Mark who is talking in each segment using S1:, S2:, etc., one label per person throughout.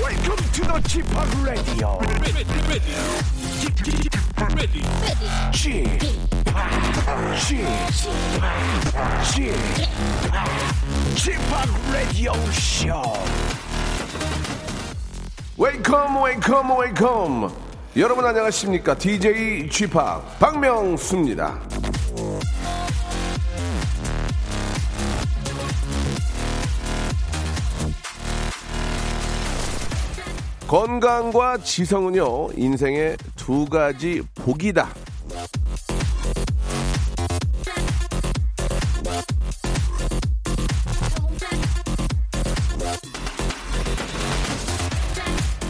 S1: Welcome to the g p o p Radio.
S2: ready, ready, ready,
S1: g p o p G-POP, G-POP Radio Show.
S3: 웨이컴 웨이컴 웨이컴 여러분 안녕하십니까 DJ g p o p 박명수입니다 건강과 지성은요 인생의 두 가지 복이다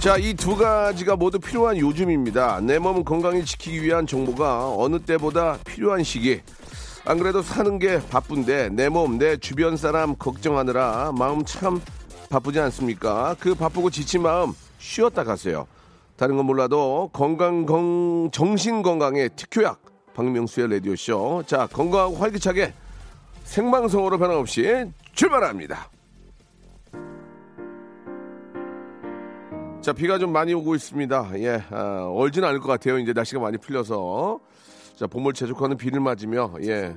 S3: 자, 이 두 가지가 모두 필요한 요즘입니다. 내 몸 건강히 지키기 위한 정보가 어느 때보다 필요한 시기. 안 그래도 사는 게 바쁜데 내 몸, 내 주변 사람 걱정하느라 마음 참 바쁘지 않습니까? 그 바쁘고 지친 마음 쉬었다 가세요. 다른 건 몰라도 건강 건 정신 건강의 특효약 박명수의 라디오 쇼. 자, 건강하고 활기차게 생방송으로 변함없이 출발합니다. 자, 비가 좀 많이 오고 있습니다. 예, 아, 얼진 않을 것 같아요. 이제 날씨가 많이 풀려서. 자, 봄을 재촉하는 비를 맞으며, 예,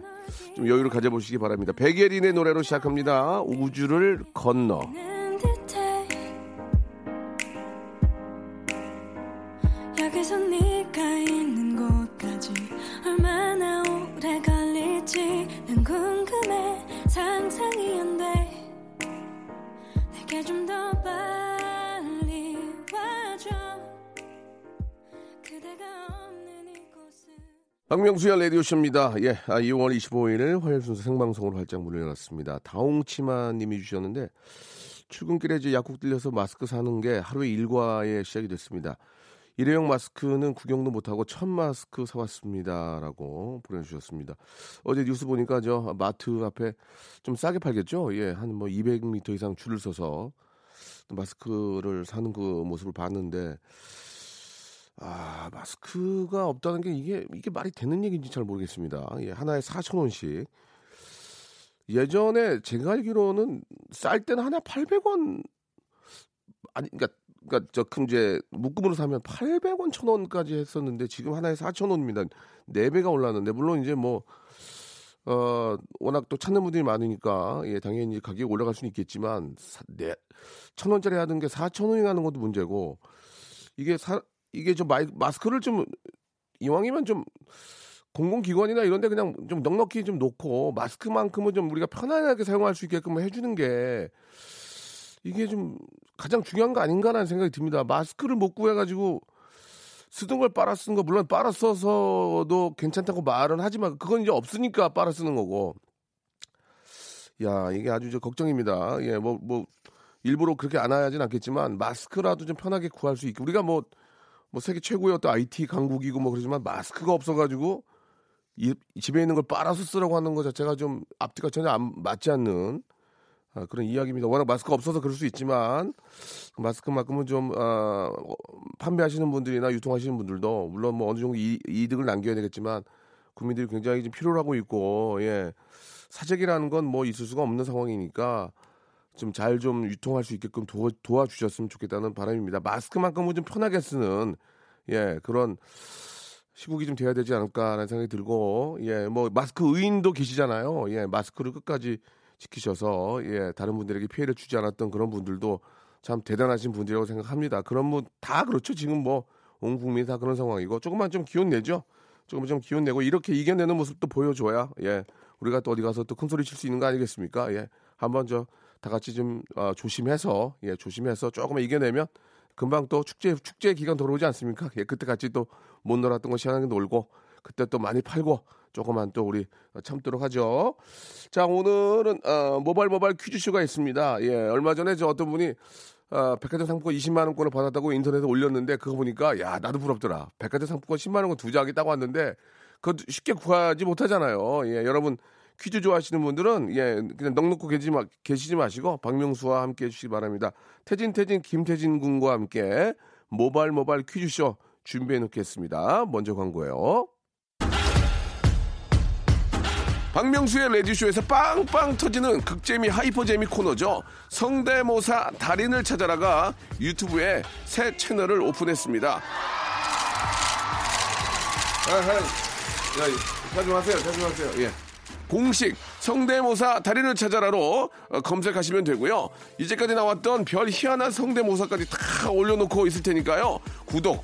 S3: 좀 여유를 가져보시기 바랍니다. 백예린의 노래로 시작합니다. 우주를 건너.
S4: 있는 듯해 여기서 네가 있는 곳까지 얼마나 오래 걸릴지 난 궁금해 상상이 안 돼 내게 좀 더 빨리 와줘 그대가 없는 이곳은
S3: 박명수의 라디오쇼입니다. 예, 아, 2월 25일 화요일 순서 생방송으로 활짝 문을 열었습니다. 다홍치마님이 주셨는데, 출근길에 이제 약국 들려서 마스크 사는 게 하루의 일과의 시작이 됐습니다. 일회용 마스크는 구경도 못하고 첫 마스크 사왔습니다라고 보내주셨습니다. 어제 뉴스 보니까 저 마트 앞에 좀 싸게 팔겠죠? 예, 한 뭐 200m 이상 줄을 서서 마스크를 사는 그 모습을 봤는데 아 마스크가 없다는 게 이게 이게 말이 되는 얘기인지 잘 모르겠습니다. 예, 하나에 4천 원씩. 예전에 제가 알기로는 쌀 때는 하나 800원 아니 그러니까 그러니까 저큰 이제 묶음으로 사면 800원, 1,000원까지 했었는데 지금 하나에 4,000원입니다. 네 배가 올랐는데 물론 이제 뭐 어, 워낙 또 찾는 분들이 많으니까 예, 당연히 가격이 올라갈 수는 있겠지만 사, 네, 1,000원짜리 하던 게 4,000원이 가는 것도 문제고 이게 사, 이게 좀 마이, 마스크를 좀 이왕이면 좀 공공기관이나 이런데 그냥 좀 넉넉히 좀 놓고 마스크만큼은 좀 우리가 편안하게 사용할 수 있게끔 해주는 게 이게 좀 가장 중요한 거 아닌가라는 생각이 듭니다. 마스크를 못 구해가지고 쓰던 걸 빨아 쓰는 거 물론 빨아 써서도 괜찮다고 말은 하지만 그건 이제 없으니까 빨아 쓰는 거고. 야 이게 아주 저 걱정입니다. 예 뭐 뭐 일부러 그렇게 안 하진 않겠지만 마스크라도 좀 편하게 구할 수 있게 우리가 뭐 뭐 세계 최고의 어떤 IT 강국이고 뭐 그러지만 마스크가 없어가지고 이- 집에 있는 걸 빨아서 쓰라고 하는 것 자체가 좀 앞뒤가 전혀 안 맞지 않는 아, 그런 이야기입니다. 워낙 마스크가 없어서 그럴 수 있지만 마스크만큼은 좀 아, 어, 판매하시는 분들이나 유통하시는 분들도 물론 뭐 어느 정도 이, 득을 남겨야 되겠지만 국민들이 굉장히 좀 필요를 하고 있고 예. 사재기라는 건 뭐 있을 수가 없는 상황이니까 좀 잘 좀 유통할 수 있게끔 도와, 도와주셨으면 좋겠다는 바람입니다. 마스크만큼은 좀 편하게 쓰는 예 그런 시국이 좀 돼야 되지 않을까라는 생각이 들고 예 뭐 마스크 의인도 계시잖아요 예 마스크를 끝까지 지키셔서 예 다른 분들에게 피해를 주지 않았던 그런 분들도 참 대단하신 분들이라고 생각합니다 그런 분 다 그렇죠 지금 뭐 온 국민이 다 그런 상황이고 조금만 좀 기운 내죠 조금 좀 기운 내고 이렇게 이겨내는 모습도 보여줘야 예 우리가 또 어디 가서 또 큰 소리 칠 수 있는 거 아니겠습니까 예 한번 저 다 같이 좀 어, 조심해서 예 조심해서 조금만 이겨내면 금방 또 축제 축제 기간 돌아오지 않습니까? 예, 그때 같이 또 못 놀았던 거 시원하게 놀고 그때 또 많이 팔고 조금만 또 우리 참도록 하죠. 자 오늘은 어, 모발 모발 퀴즈쇼가 있습니다. 예 얼마 전에 저 어떤 분이 어, 백화점 상품권 20만 원권을 받았다고 인터넷에 올렸는데 그거 보니까 야 나도 부럽더라. 백화점 상품권 10만 원권 두 장이 따고 왔는데 그거 쉽게 구하지 못하잖아요. 예 여러분 퀴즈 좋아하시는 분들은 예 그냥 넉넉히 계시지, 마, 계시지 마시고 박명수와 함께 해주시기 바랍니다. 태진 태진 김태진 군과 함께 모발 모발 퀴즈쇼 준비해 놓겠습니다. 먼저 광고예요. 박명수의 레디쇼에서 빵빵 터지는 극재미 하이퍼재미 코너죠. 성대모사 달인을 찾아라가 유튜브에 새 채널을 오픈했습니다. 아, 자중하세요, 자중하세요. 예. 공식 성대모사 달인을 찾아라로 어, 검색하시면 되고요. 이제까지 나왔던 별 희한한 성대모사까지 다 올려놓고 있을 테니까요. 구독,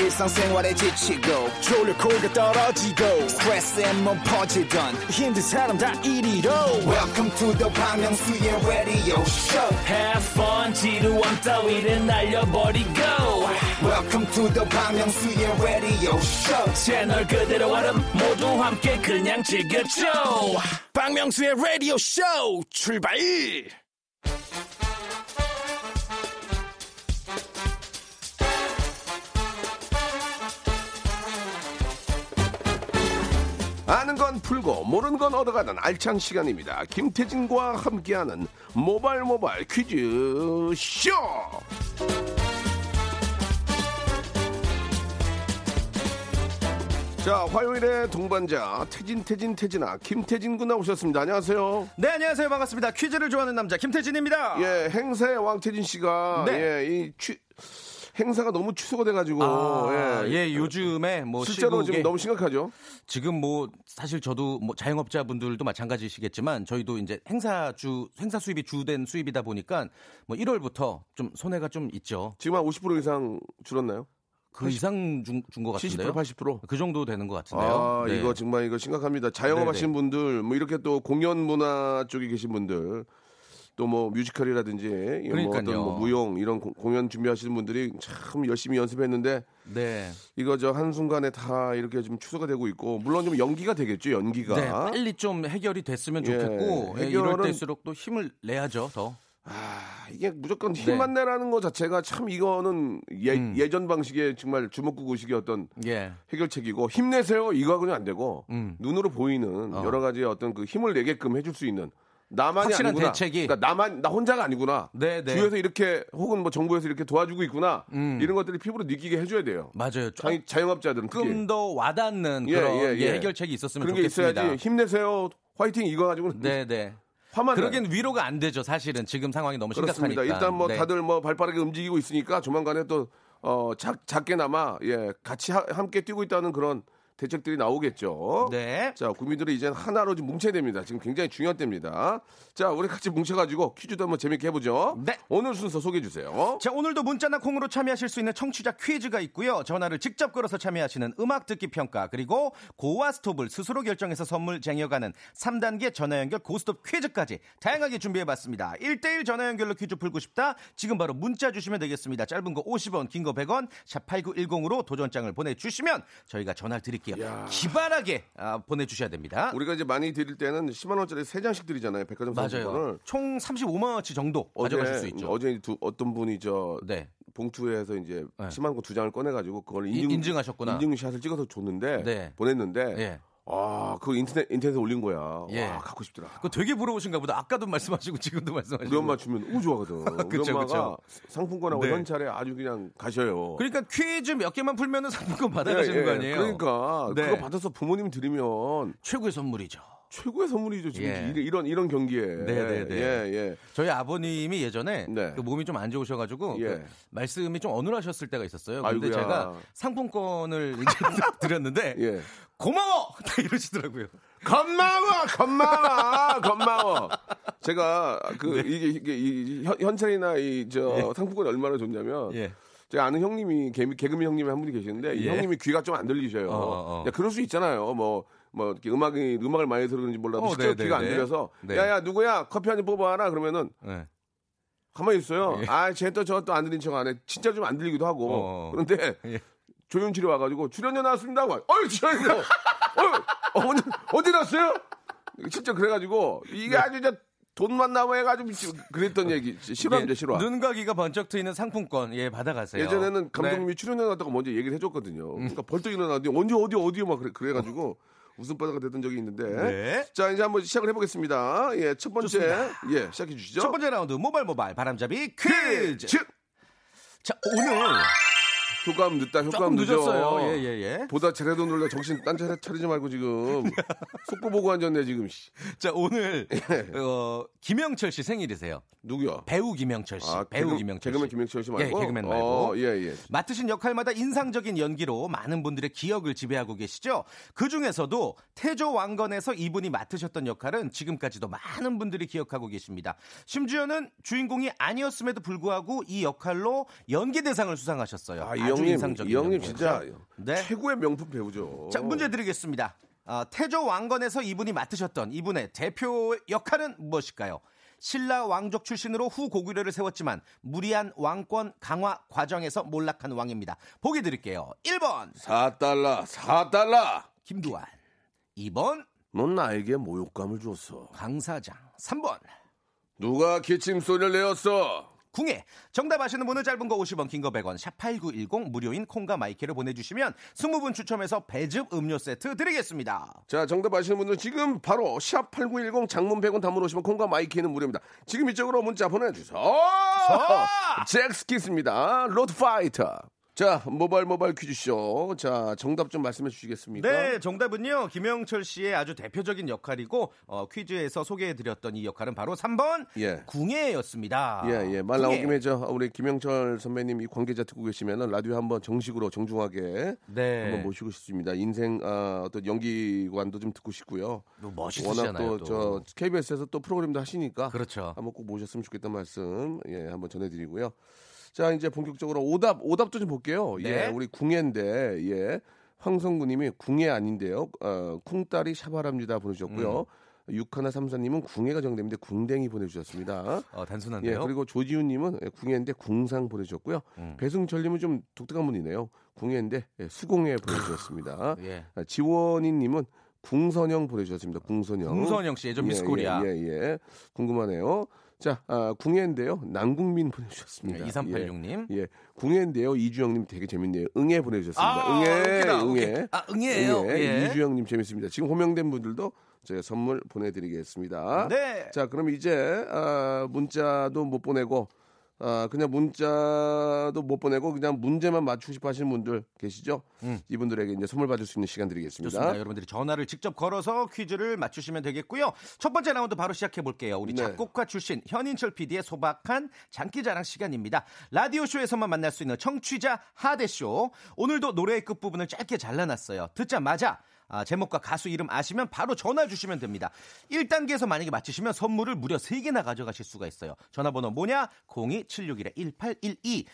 S5: 일상생활에 지치고, 졸려 코가 떨어지고, 스트레스에 몸 퍼지던, 힘든 사람 다 이리로. welcome to the Bang Myung-soo's radio show
S6: Have fun 지루함 따위를 날려버리고
S5: welcome to the Bang Myung-soo's radio show
S6: 채널 그대로 얼음 모두 함께 그냥 즐겨줘 박명수의 라디오 쇼 출발
S3: 아는 건 풀고 모르는 건 얻어가는 알찬 시간입니다. 김태진과 함께하는 모발 모발 퀴즈 쇼. 자 화요일에 동반자 태진 태진 태진아 김태진 군 나오셨습니다. 안녕하세요.
S7: 네 안녕하세요 반갑습니다 퀴즈를 좋아하는 남자 김태진입니다
S3: 예 행사에 왕태진 씨가
S7: 네.
S3: 예, 이 취- 행사가 너무 취소가 돼가지고
S7: 아,
S3: 예.
S7: 예. 요즘에 뭐
S3: 실제로
S7: 시국에
S3: 지금 너무 심각하죠.
S7: 지금 뭐 사실 저도 뭐 자영업자분들도 마찬가지시겠지만 저희도 이제 행사 주 행사 수입이 주된 수입이다 보니까 뭐 1월부터 좀 손해가 좀 있죠.
S3: 지금 한 50% 이상 줄었나요?
S7: 그 이상 준 것
S3: 70%
S7: 같은데요.
S3: 80%?
S7: 그 정도 되는 것 같은데요.
S3: 아,
S7: 네.
S3: 이거 정말 이거 심각합니다. 자영업
S7: 네네.
S3: 하시는 분들, 뭐 이렇게 또 공연 문화 쪽에 계신 분들, 또 뭐 뮤지컬이라든지, 뭐 어떤
S7: 그러니까요.
S3: 뭐 무용 이런 고- 공연 준비하시는 분들이 참 열심히 연습했는데
S7: 네.
S3: 이거 저 한 순간에 다 이렇게 좀 취소가 되고 있고 물론 좀 연기가 되겠죠, 연기가.
S7: 네, 빨리 좀 해결이 됐으면
S3: 예,
S7: 좋겠고 예,
S3: 해결은-
S7: 이럴 때일수록 또 힘을 내야죠 더.
S3: 아, 이게 무조건
S7: 네.
S3: 힘만 내라는 거 자체가 참 이거는 예,
S7: 음.
S3: 예전 방식의 정말 주먹구구식의 어떤
S7: 예.
S3: 해결책이고 힘내세요 이거하고는 안 되고
S7: 음.
S3: 눈으로 보이는
S7: 어.
S3: 여러 가지 어떤 그 힘을 내게끔 해줄 수 있는 나만이
S7: 확실한
S3: 아니구나.
S7: 대책이.
S3: 그러니까 나만 나 혼자가 아니구나.
S7: 네, 네.
S3: 주위에서 이렇게 혹은 뭐 정부에서 이렇게 도와주고 있구나. 이런 것들을 피부로 느끼게 해줘야 돼요.
S7: 맞아요.
S3: 자, 자영업자들은
S7: 조금
S3: 특히
S7: 더 와닿는
S3: 예,
S7: 그런
S3: 예,
S7: 예,
S3: 예.
S7: 해결책이 있었으면
S3: 그런 게
S7: 좋겠습니다.
S3: 있어야지 힘내세요 화이팅 이거 가지고 는
S7: 네, 네.
S3: 화만 나요.
S7: 그러긴 위로가 안 되죠. 사실은 지금 상황이 너무
S3: 그렇습니다.
S7: 심각하니까.
S3: 일단 뭐
S7: 네.
S3: 다들 뭐 발빠르게 움직이고 있으니까 조만간에 또 어, 작, 작게나마 예 같이 하- 함께 뛰고 있다는 그런 대책들이 나오겠죠.
S7: 네.
S3: 자, 국민들이 이제 하나로 좀 뭉쳐야 됩니다. 지금 굉장히 중요한 때입니다. 자, 우리 같이 뭉쳐가지고 퀴즈도 한번 재밌게 해보죠.
S7: 네.
S3: 오늘 순서 소개해 주세요.
S7: 자, 오늘도 문자나 콩으로 참여하실 수 있는 청취자 퀴즈가 있고요. 전화를 직접 걸어서 참여하시는 음악 듣기 평가, 그리고 고와 스톱을 스스로 결정해서 선물 쟁여가는 3단계 전화 연결 고스톱 퀴즈까지 다양하게 준비해 봤습니다. 1대1 전화 연결로 퀴즈 풀고 싶다? 지금 바로 문자 주시면 되겠습니다. 짧은 거 50원, 긴 거 100원, 샵 8910으로 도전장을 보내 주시면 저희가 전화 드릴게요. 기발하게 아, 보내 주셔야 됩니다.
S3: 우리가 이제 많이 드릴 때는 10만 원짜리 세 장씩 드리잖아요. 백화점
S7: 맞아요.
S3: 상품권을.
S7: 총 35만 원어치 정도 가져가실 수 있죠.
S3: 어제 이제 두- 어떤 분이 저
S7: 네.
S3: 봉투에서 이제
S7: 네.
S3: 10만 원 두 장을 꺼내가지고 그걸 인증,
S7: 인- 인증하셨구나.
S3: 인증샷을 찍어서 줬는데
S7: 네.
S3: 보냈는데
S7: 예.
S3: 아, 그 인터넷 인터넷에 올린 거야.
S7: 예.
S3: 와, 갖고 싶더라.
S7: 그거 되게 부러우신가 보다. 아까도 말씀하시고 지금도 말씀하시고.
S3: 우리 엄마 주면 오 좋아하거든. 우리
S7: 그쵸,
S3: 엄마가
S7: 그쵸.
S3: 상품권하고
S7: 네.
S3: 현찰에 아주 그냥 가셔요.
S7: 그러니까 퀴즈 몇 개만 풀면은 상품권
S3: 예,
S7: 받아가시는
S3: 예.
S7: 거 아니에요?
S3: 그러니까
S7: 네.
S3: 그거 받아서 부모님 드리면
S7: 최고의 선물이죠.
S3: 최고의 선물이죠 지금
S7: 예.
S3: 이- 이런 이런 경기에.
S7: 네, 네.
S3: 예, 예.
S7: 저희 아버님이 예전에
S3: 네.
S7: 그 몸이 좀 안 좋으셔가지고
S3: 예.
S7: 그 말씀이 좀 어눌하셨을 때가 있었어요. 근데
S3: 아이고야.
S7: 제가 상품권을 이제 드렸는데
S3: 예.
S7: 고마워 다 이러시더라고요.
S3: 겁마워, 겁마워, 겁마워. 제가
S7: 네.
S3: 그 이게, 이게 이 현- 현찰이나 이 저 상품권이 얼마나 좋냐면
S7: 예.
S3: 제가 아는 형님이 개, 개그맨 형님이 한 분이 계시는데 이
S7: 예.
S3: 형님이 귀가 좀 안 들리셔요.
S7: 어, 어, 어.
S3: 야, 그럴 수 있잖아요. 뭐. 뭐 이렇게 음악이 음악을 많이 들었는지 몰라도
S7: 어,
S3: 실제로
S7: 네,
S3: 귀가 안
S7: 네, 네.
S3: 들려서
S7: 네.
S3: 야야 누구야 커피 한 잔 뽑아와라 그러면은
S7: 네.
S3: 가만히 있어요. 아, 쟤 또 저 또 안 들린 척 안 해. 진짜 좀 안 들리기도 하고.
S7: 예. 어.
S3: 그런데
S7: 예.
S3: 조윤철이 와가지고 출연료 나왔습니다. 하고 와. 어이, 출연료. 어이, 어디, 어디 났어요? 진짜 그래가지고 이게
S7: 네.
S3: 아주 저 돈만 나와 해가지고 지- 그랬던 얘기. 실화입니다,
S7: 예,
S3: 실화.
S7: 눈과 귀가 번쩍 트이는 상품권 예 받아가세요.
S3: 예전에는
S7: 네. 음.
S3: 감독님이 출연료 나왔다고 먼저 얘기를 해줬거든요. 그러니까 벌떡 일어나더니 언제 어디 어디요 막 그래, 그래가지고 웃음바다가 됐던 적이 있는데.
S7: 네.
S3: 자, 이제 한번 시작을 해보겠습니다. 예, 첫 번째. 예, 시작해 주시죠.
S7: 첫 번째 라운드 모발 모발 바람잡이 퀴즈.
S3: 즉.
S7: 자, 오늘
S3: 효감 늦다 효감
S7: 조금
S3: 늦어.
S7: 늦었어요. 예, 예, 예.
S3: 보다 제대로 놀려 정신 딴 차례 차리지 말고 지금 속보 보고 앉았네 지금 씨.
S7: 자, 오늘
S3: 예.
S7: 어, 김영철 씨 생일이세요.
S3: 누구야? 아,
S7: 배우 김영철 씨. 배우 김영철 씨.
S3: 개그맨 김영철 씨 말고.
S7: 예, 개그맨 말고.
S3: 어, 예, 예.
S7: 맡으신 역할마다 인상적인 연기로 많은 분들의 기억을 지배하고 계시죠. 그 중에서도 태조 왕건에서 이분이 맡으셨던 역할은 지금까지도 많은 분들이 기억하고 계십니다. 심지어는 주인공이 아니었음에도 불구하고 이 역할로 연기 대상을 수상하셨어요.
S3: 아, 이
S7: 아주
S3: 형님,
S7: 인상적인
S3: 이 형님
S7: 연기였죠.
S3: 진짜
S7: 네.
S3: 최고의 명품 배우죠.
S7: 자, 문제 드리겠습니다. 아, 태조 왕건에서 이분이 맡으셨던 이분의 대표 역할은 무엇일까요? 신라 왕족 출신으로 후 고구려를 세웠지만 무리한 왕권 강화 과정에서 몰락한 왕입니다. 보기 드릴게요. 1번
S3: 4달러, 4달러.
S7: 김두한, 2번
S3: 넌 나에게 모욕감을 줬어.
S7: 강사장, 3번
S3: 누가 기침 소리를 내었어?
S7: 궁예. 정답 아시는 분은 짧은 거 50원, 긴 거 100원, 샵8910 무료인 콩과 마이크를 보내주시면 20분 추첨해서 배즙 음료 세트 드리겠습니다.
S3: 자, 정답 아시는 분들 지금 바로 샵8910 장문 100원 담문 오시면 콩과 마이키는 무료입니다. 지금 이쪽으로 문자 보내주세요. 잭스키스입니다. 로드파이터. 자, 모발 모발 퀴즈쇼. 자, 정답 좀 말씀해 주시겠습니까?
S7: 네, 정답은요. 김영철 씨의 아주 대표적인 역할이고 어, 퀴즈에서 소개해드렸던 이 역할은 바로 3번
S3: 예.
S7: 궁예였습니다.
S3: 예, 예. 말 나온
S7: 궁예.
S3: 김에 저 우리 김영철 선배님 이 관계자 듣고 계시면 라디오 한번 정식으로 정중하게
S7: 네.
S3: 한번 모시고 싶습니다. 인생 아, 어떤 연기관도 좀 듣고 싶고요.
S7: 또
S3: 워낙
S7: 멋있으시잖아요.
S3: 또 저 KBS에서 또 프로그램도 하시니까
S7: 그렇죠.
S3: 한번 꼭 모셨으면 좋겠다는 말씀 예 한번 전해드리고요. 자 이제 본격적으로 오답 오답도 좀 볼게요.
S7: 네.
S3: 예 우리 궁예인데 예 황성구님이 궁예 아닌데요. 어, 쿵딸이 샤바랍니다
S7: 음.
S3: 보내주셨고요. 육하나 삼사님은 궁예가 정답인데 궁댕이 보내주셨습니다.
S7: 어,
S3: 예,
S7: 단순한데요. 음.
S3: 그리고 조지훈님은 예, 궁예인데 궁상 보내주셨고요. 배승철님은 좀 독특한 분이네요. 궁예인데 예, 수공예 보내주셨습니다.
S7: 예.
S3: 아, 지원이님은 궁선영 보내주셨습니다. 궁선영.
S7: 궁선영 씨, 예전 미스 코리아.
S3: 예, 예, 예. 궁금하네요. 자, 아, 궁예인데요. 남궁민 보내주셨습니다.
S7: 네, 2386님.
S3: 예, 예. 궁예인데요. 이주영님 되게 재밌네요. 응애 보내주셨습니다.
S7: 아,
S3: 응애,
S7: 웃기다,
S3: 응애.
S7: 웃기- 아, 응애예요. 예.
S3: 이주영님 재밌습니다. 지금 호명된 분들도 저희가 선물 보내드리겠습니다.
S7: 네.
S3: 자, 그럼 이제 아, 문자도 못 보내고 아, 그냥 문자도 못 보내고 그냥 문제만 맞추고 싶어 하시는 분들 계시죠? 이분들에게 이제 선물 받을 수 있는 시간 드리겠습니다.
S7: 음. 좋습니다. 여러분들이 전화를 직접 걸어서 퀴즈를 맞추시면 되겠고요. 첫 번째 라운드 바로 시작해 볼게요. 우리
S3: 네.
S7: 작곡가 출신 현인철 PD의 소박한 장기자랑 시간입니다. 라디오 쇼에서만 만날 수 있는 청취자 하대 쇼. 오늘도 노래의 끝 부분을 짧게 잘라놨어요. 듣자마자 아, 제목과 가수 이름 아시면 바로 전화 주시면 됩니다. 1단계에서 만약에 맞히시면 선물을 무려 3개나 가져가실 수가 있어요. 전화번호 뭐냐? 02761-1812,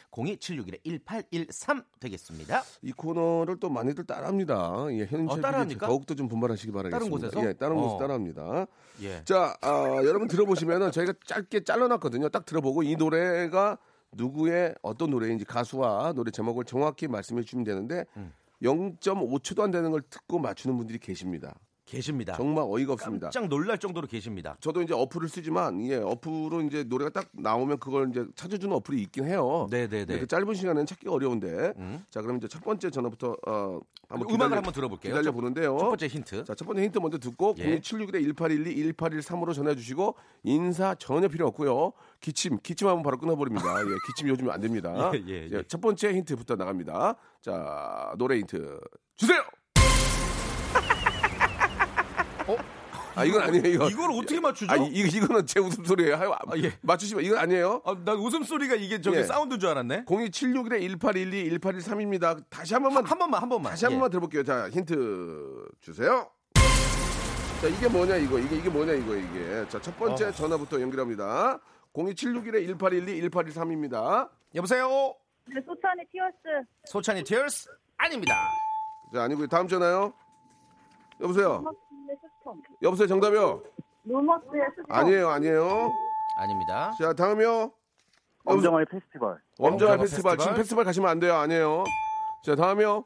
S7: 02761-1813 되겠습니다.
S3: 이 코너를 또 많이들 따라합니다. 예,
S7: 어,
S3: 현철 PD
S7: 따라합니까?
S3: 더욱더 좀 분발하시기 바라겠습니다.
S7: 곳에서?
S3: 예, 다른 곳에서
S7: 어.
S3: 따라합니다.
S7: 예.
S3: 자, 아, 여러분 들어보시면은 저희가 짧게 잘라놨거든요. 딱 들어보고 이 노래가 누구의 어떤 노래인지 가수와 노래 제목을 정확히 말씀해 주시면 되는데
S7: 음.
S3: 0.5초도 안 되는 걸 듣고 맞추는 분들이 계십니다.
S7: 계십니다.
S3: 정말 어이가 없습니다.
S7: 깜짝 놀랄 정도로 계십니다.
S3: 저도 이제 어플을 쓰지만 예, 어플로 이제 노래가 딱 나오면 그걸 이제 찾아주는 어플이 있긴 해요.
S7: 네, 네, 네.
S3: 근데 그 짧은 시간에는 찾기 어려운데. 자, 그럼 이제 첫 번째 전화부터 어 한번
S7: 음악을 한번 들어볼게요.
S3: 기다려 보는데요.
S7: 첫 번째 힌트.
S3: 자, 첫 번째 힌트 먼저 듣고
S7: 예.
S3: 02761의 1812 1813으로 전해 주시고 인사 전혀 필요 없고요. 기침, 기침하면 바로 끊어 버립니다. 예, 기침 요즘 안 됩니다.
S7: 예, 예,
S3: 자,
S7: 예.
S3: 첫 번째 힌트부터 나갑니다. 자, 노래 힌트 주세요. 어? 아, 이건 아니에요. 이건
S7: 이걸 어떻게 맞추죠?
S3: 아, 이, 이- 이거는 제 웃음소리예요. 하여,
S7: 아, 예.
S3: 맞추시면 이건 아니에요.
S7: 아, 난 웃음소리가 이게 저기
S3: 예.
S7: 사운드인 줄 알았네.
S3: 02761의 1812, 1813입니다. 다시 한 번만
S7: 한 번만, 예. 한 번만.
S3: 다시 한 번만 들어볼게요. 자, 힌트 주세요. 자, 이게 뭐냐 이거. 이게 이게 뭐냐 이거 이게. 자, 첫 번째 전화부터 연결합니다. 02761의 1812, 1813입니다.
S7: 예. 여보세요?
S8: 네, 소찬이 티어스.
S7: 소찬이 티얼스? 아닙니다.
S3: 자, 아니고 다음 전화요.
S8: 어,
S3: 여보세요.
S8: 루머스의 스톰.
S3: 여보세요. 정답이요.
S8: 네, 루머스의 스톰.
S3: 아니에요. 아니에요.
S7: 아닙니다.
S3: 자, 다음이요.
S9: 엄정화의 페스티벌.
S3: 엄정화
S7: 엄정화
S3: 페스티벌.
S7: 페스티벌.
S3: 지금 페스티벌 가시면 안 돼요. 아니에요. 자, 다음이요.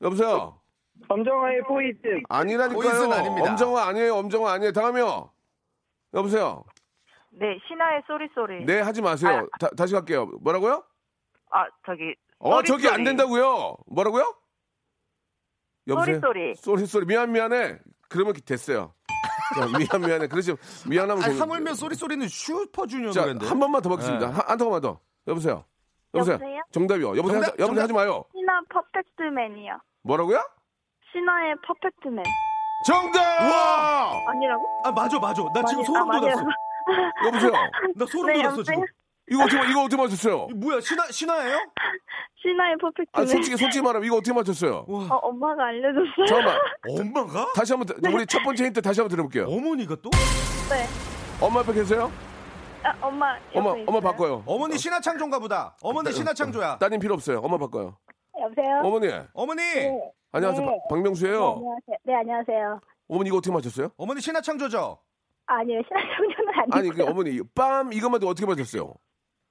S3: 여보세요.
S9: 엄정화의 포이즈.
S3: 아니라니까요.
S7: 보이스는 아닙니다.
S3: 엄정화 아니에요. 엄정화 아니에요. 다음이요. 여보세요.
S10: 네, 신화의 쏘리쏘리.
S3: 네, 하지 마세요. 다, 시 갈게요. 뭐라고요?
S10: 아, 저기.
S3: 어,
S10: 쏘리
S3: 저기 안
S10: 쏘리.
S3: 된다고요. 뭐라고요? 여보세요.
S10: 쏘리 쏘리.
S3: 쏘리 쏘리. 미안 미안해. 그러면 됐어요. 자, 미안 미안해. 그러지 미안하면
S7: 아,
S3: 되는-
S7: 하물며 쏘리쏘리는 슈퍼주니어
S3: 자,
S7: 노래인데.
S3: 한 번만 더 받겠습니다. 한, 한 통만 더. 여보세요. 여보세요.
S8: 여보세요?
S3: 정답이요. 여보세요.
S7: 정답,
S3: 하지- 여보세요
S7: 정답.
S3: 하지 마요.
S8: 신화 퍼펙트맨이요.
S3: 뭐라고요?
S8: 신화의 퍼펙트맨.
S7: 정답!
S3: 우와!
S8: 아니라고?
S7: 아 맞아 맞아. 나 지금 소름
S8: 맞아요.
S7: 돋았어.
S3: 여보세요.
S7: 나 소름
S8: 네,
S7: 돋았어
S8: 여보세요?
S7: 지금.
S3: 이거 어떻게 이거 어떻게 맞췄어요?
S7: 이게 뭐야 신화 신화예요?
S8: 신화의
S3: 아
S8: 퍼펙트맨.
S3: 솔직히 솔직히 말하면 이거 어떻게 맞췄어요?
S8: 어, 엄마가 알려줬어요.
S3: 잠깐만.
S7: 엄마가?
S3: 다시 한번 드- 우리 첫 번째 힌트 다시 한번 들어볼게요.
S7: 어머니가 또?
S8: 네.
S3: 엄마 앞에 계세요?
S8: 아, 엄마. 옆에
S3: 엄마
S8: 있어요.
S3: 엄마 바꿔요.
S7: 어머니 신화 창조인가 보다. 어머니 신화 창조야.
S3: 따님 필요 없어요. 엄마 바꿔요.
S8: 여보세요?
S3: 어머니
S7: 어머니
S3: 안녕하세요.
S8: 네.
S3: 박- 박명수예요.
S8: 안녕하세요. 네, 안녕하세요.
S3: 어머니 이거 어떻게 맞췄어요?
S7: 어머니 신화 창조죠.
S8: 아니요, 신화 청년은 아니고.
S3: 아니 그 어머니 빰 이것만 어떻게 맞췄어요?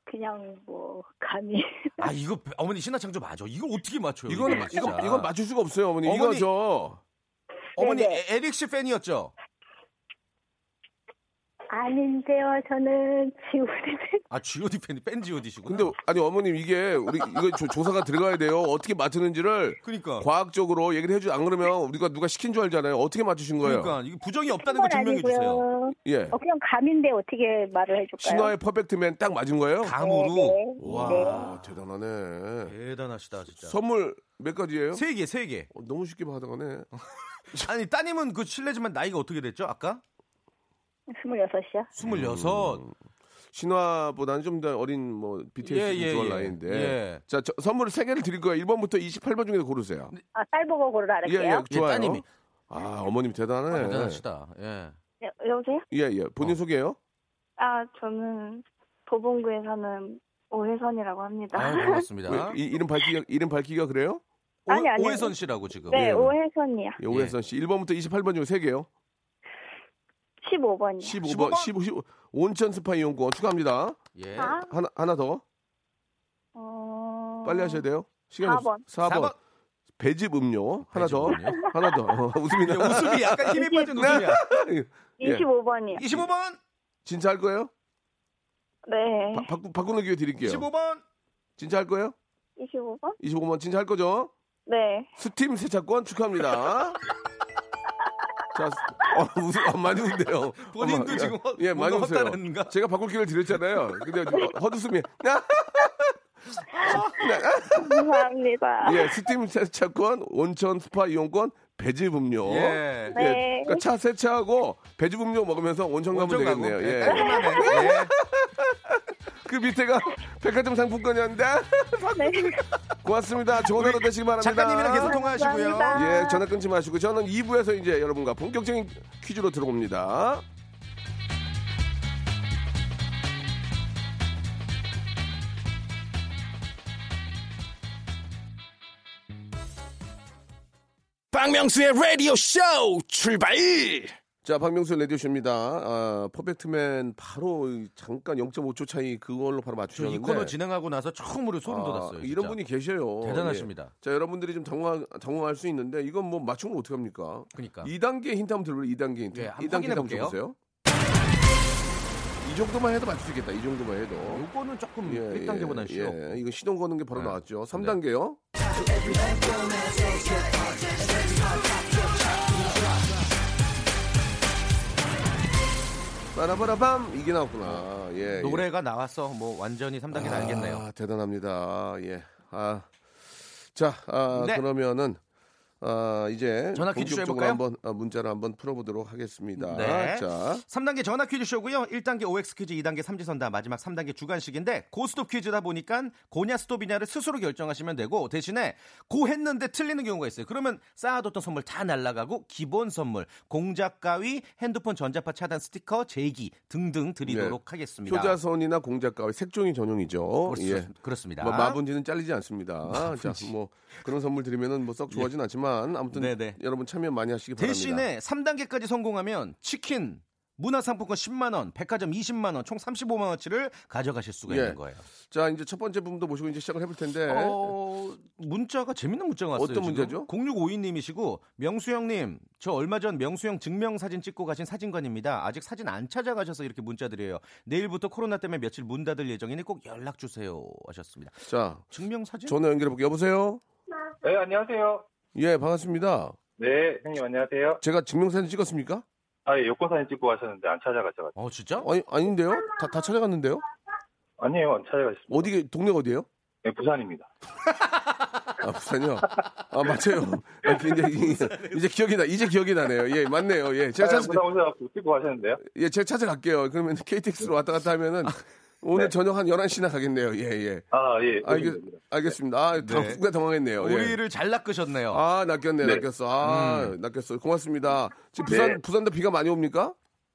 S8: 그냥 뭐, 감히.
S7: 아 이거 어머니 신화 창조 맞아. 이걸 어떻게 맞춰요?
S3: 이거는 마-
S7: 진짜.
S3: 이거 이건 맞출 수가 없어요 어머니. 이거
S7: 어머니.
S3: 저
S7: 어머니
S8: 네네.
S7: 에- 에릭 씨 팬이었죠?
S8: 아닌데요, 저는 지우리는.
S7: 아 G.O.D 팬이 팬 G.O.D시구나.
S3: 근데 아니 어머님 이게 우리 이거 조, 조사가 들어가야 돼요. 어떻게 맞추는지를
S7: 그러니까
S3: 과학적으로 얘기를 해주 안 그러면 우리가 누가 시킨 줄 알잖아요. 어떻게 맞추신 거예요?
S7: 그러니까 이게 부정이 없다는 걸 증명해 주세요.
S8: 아니고요.
S3: 예.
S8: 어, 그냥 감인데 어떻게 말을 해줄까요?
S3: 신화의 퍼펙트맨 딱 맞은 거예요?
S8: 네,
S7: 감으로
S3: 와 대단하네.
S7: 대단하시다 진짜.
S3: 선물 몇 가지예요?
S7: 세 개, 세 개.
S3: 어, 너무 쉽게 받아가네.
S7: 아니 따님은 그 실례지만 나이가 어떻게 됐죠? 아까
S8: 네. 26이요?
S7: 스물여섯.
S3: 음. 신화보다는 좀 더 어린 뭐 BTS
S7: 예, 예,
S3: 좋아할
S7: 예.
S3: 나이인데.
S7: 예.
S3: 자, 저- 선물을 세 개를 드릴 거예요. 1번부터 28번 중에서 고르세요.
S8: 아, 딸 보고 고르라
S3: 예,
S8: 할게요.
S3: 예,
S7: 예,
S3: 좋아요.
S7: 따님이.
S3: 아, 어머님 대단하네.
S7: 대단하시다. 예.
S8: 여- 여보세요?
S3: 예, 예. 본인
S7: 어.
S3: 소개요?
S10: 아, 저는 도봉구에 사는 오혜선이라고 합니다.
S7: 아 반갑습니다.
S3: 왜 이, 이름 밝히기가, 이름 밝히기가 그래요?
S7: 오,
S8: 아니, 아니.
S7: 오해선 씨라고 지금.
S8: 네,
S7: 예.
S8: 오혜선이요.
S3: 예, 오해선 씨. 1번부터 28번 중에 세 개요.
S8: 15번이요.
S3: 15번,
S7: 15번?
S3: 15, 15 온천 스파 이용권 축하합니다.
S7: 예.
S8: 아,
S3: 하나, 하나 더.
S8: 어...
S3: 빨리 하셔야 돼요. 시간이
S8: 사
S3: 없-
S8: 번.
S3: 사 번.
S7: 사 번.
S3: 배즙 음료. 하나 더.
S7: 배즙은요?
S3: 하나 더. 어, 웃음이
S7: 예,
S3: 나.
S7: 웃음이 약간 힘이 빠진 네, 웃음이야.
S3: 예.
S8: 25번이요.
S7: 25번,
S3: 진짜 할 거예요?
S8: 네.
S7: 아.
S3: 바, 꾸 바꾸는 기회 드릴게요.
S7: 15번.
S3: 진짜 할 거예요?
S8: 25번?
S3: 25만 진짜 할 거죠?
S8: 네.
S3: 스팀 세차권 축하합니다. 자, 어, 웃음 안 많이 웃네요.
S7: 본인도
S3: 어머,
S7: 지금 허-
S3: 예, 많이
S7: 뭔가
S3: 웃어요.
S7: 헛다른가?
S3: 제가 바꿀 기회를 드렸잖아요. 근데 어, 헛웃음이.
S8: 감사합니다.
S3: 예, 스팀 세차권, 온천 스파 이용권, 배즙 음료.
S7: 예.
S3: 예,
S8: 네.
S3: 그러니까 차 세차하고 배즙 음료 먹으면서 온천 가면
S7: 원정 가고.
S3: 되겠네요.
S7: 예,
S3: 예.
S7: 깔끔하네. 예.
S3: 그 밑에가 백화점 상품권이었는데 고맙습니다. 좋은 하루 되시기 바랍니다.
S7: 작가님이랑 계속 통화하시고요.
S8: 아, 감사합니다.
S3: 예, 전화 끊지 마시고 저는 2부에서 이제 여러분과 본격적인 퀴즈로 들어옵니다.
S6: 박명수의 라디오 쇼 출발
S3: 자, 박명수 레디오쇼입니다. 아, 퍼펙트맨 바로 잠깐 0.5초 차이 그걸로 바로
S7: 저
S3: 맞추셨는데
S7: 이 코너 진행하고 나서 처음으로 소름
S3: 아,
S7: 돋았어요.
S3: 이런
S7: 진짜.
S3: 분이 계셔요.
S7: 대단하십니다.
S3: 예. 자, 여러분들이 좀 당황 당황할 수 있는데 이건 뭐 맞추면 어떡 합니까?
S7: 그러니까.
S3: 2단계 힌트 한번 들어볼래요? 2단계 힌트.
S7: 예, 한번
S3: 2단계 힌트 한번
S7: 확인해볼게요.
S3: 줘보세요. 이 정도만 해도 맞출 수 있겠다. 이 정도만 해도.
S7: 요거는 조금 1단계보다는 쉬워.
S3: 예, 이거 시동 거는 게 바로
S7: 네.
S3: 나왔죠. 3단계요. 빠라바라밤 이게 나왔구나. 예, 예.
S7: 노래가 나와서 뭐 완전히 3단계 는 알겠네요.
S3: 아, 대단합니다. 예. 아. 자, 아,
S7: 네.
S3: 그러면은 아, 이제
S7: 전화 퀴즈
S3: 본격적으로
S7: 해볼까요?
S3: 한번 아, 문자를 한번 풀어보도록 하겠습니다.
S7: 네.
S3: 자,
S7: 3단계 전화 퀴즈쇼고요. 1단계 OX 퀴즈, 2단계 삼지선다, 마지막 3단계 주간식인데 고스톱 퀴즈다 보니까 고냐 스톱이냐를 스스로 결정하시면 되고 대신에 고 했는데 틀리는 경우가 있어요. 그러면 쌓아뒀던 선물 다 날라가고 기본 선물, 공작 가위, 핸드폰 전자파 차단 스티커, 제기 등등 드리도록 하겠습니다.
S3: 네. 효자선이나 공작가의 색종이 전용이죠.
S7: 그렇-
S3: 예.
S7: 그렇습니다.
S3: 뭐 마분지는 잘리지 않습니다. 자, 뭐 그런 선물 드리면은 뭐 썩 좋아진 않지만 아무튼
S7: 예. 네네.
S3: 여러분 참여 많이 하시기 바랍니다.
S7: 대신에 3단계까지 성공하면 치킨 문화상품권 10만 원, 백화점 20만 원, 총 35만 원치를 가져가실 수가
S3: 예.
S7: 있는 거예요.
S3: 자, 이제 첫 번째 부분도 모시고 이제 시작을 해볼 텐데.
S7: 어, 문자가 재밌는 문자가 왔어요.
S3: 네. 어떤 문자죠?
S7: 0652님이시고 명수 형님, 저 얼마 전 명수 형 증명 사진 찍고 가신 사진관입니다. 아직 사진 안 찾아가셔서 이렇게 문자 드려요. 내일부터 코로나 때문에 며칠 문 닫을 예정이니 꼭 연락 주세요 하셨습니다.
S3: 자,
S7: 증명 사진?
S3: 전화 연결해 볼게요. 여보세요.
S9: 네, 안녕하세요.
S3: 예, 반갑습니다.
S9: 네, 형님 안녕하세요.
S3: 제가 증명사진 찍었습니까?
S9: 아, 예, 요건 사진 찍고 가셨는데 안 찾아가셔가지고.
S7: 어 진짜?
S3: 아니 아닌데요? 다 다 찾아갔는데요?
S9: 아니에요, 안 찾아가셨습니다.
S3: 어디 동네 어디예요?
S9: 네, 부산입니다.
S3: 아, 부산이요? 아, 맞아요. 아, 굉장히, 이제 기억이 나, 이제 기억이 나네요. 예, 맞네요. 예, 제가
S9: 네,
S3: 찾,
S9: 부산 오셔서 찍고 가셨는데요.
S3: 예, 제가 찾아갈게요. 그러면 KTX로 왔다 갔다 하면은 오늘 저녁 한 11시나 가겠네요. 예, 예.
S9: 아, 예.
S3: 알겠,
S9: 그렇습니다.
S3: 알겠습니다. 아, 당,
S7: 네.
S3: 순간 당황했네요. 예.
S7: 우리를 잘 낚으셨네요.
S3: 아, 낚였네,
S9: 네.
S3: 낚였어. 아, 낚였어. 고맙습니다. 지금 부산,
S9: 네.
S3: 부산도 비가 많이 옵니까?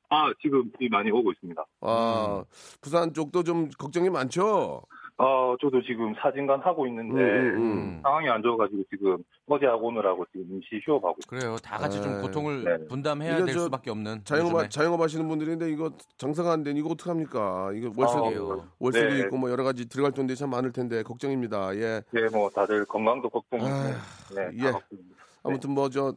S9: 아, 지금 비 많이 오고 있습니다.
S3: 아, 부산 쪽도 좀 걱정이 많죠?
S9: 어, 저도 지금 사진관 하고 있는데
S3: 음, 음,
S7: 음.
S9: 상황이 안 좋아가지고 지금 어제하고 오늘하고 지금 임시 휴업하고 있어요.
S7: 그래요. 다 같이 좀
S3: 네.
S7: 고통을
S9: 네.
S7: 분담해야
S3: 이거
S7: 될
S3: 저
S7: 수밖에 없는
S3: 자영업,
S7: 요즘에.
S3: 자영업 하시는 분들인데 이거 장사가 안 되니 이거 어떡합니까? 이거 월세도,
S7: 아, 그러게요.
S3: 월세도
S9: 네.
S3: 있고 뭐 여러 가지 들어갈 돈들이 참 많을 텐데 걱정입니다. 예.
S9: 예, 뭐 다들 건강도 걱정이고
S3: 아휴,
S9: 네,
S3: 예.
S9: 다 걱정입니다.
S3: 아무튼
S9: 네.
S3: 뭐 저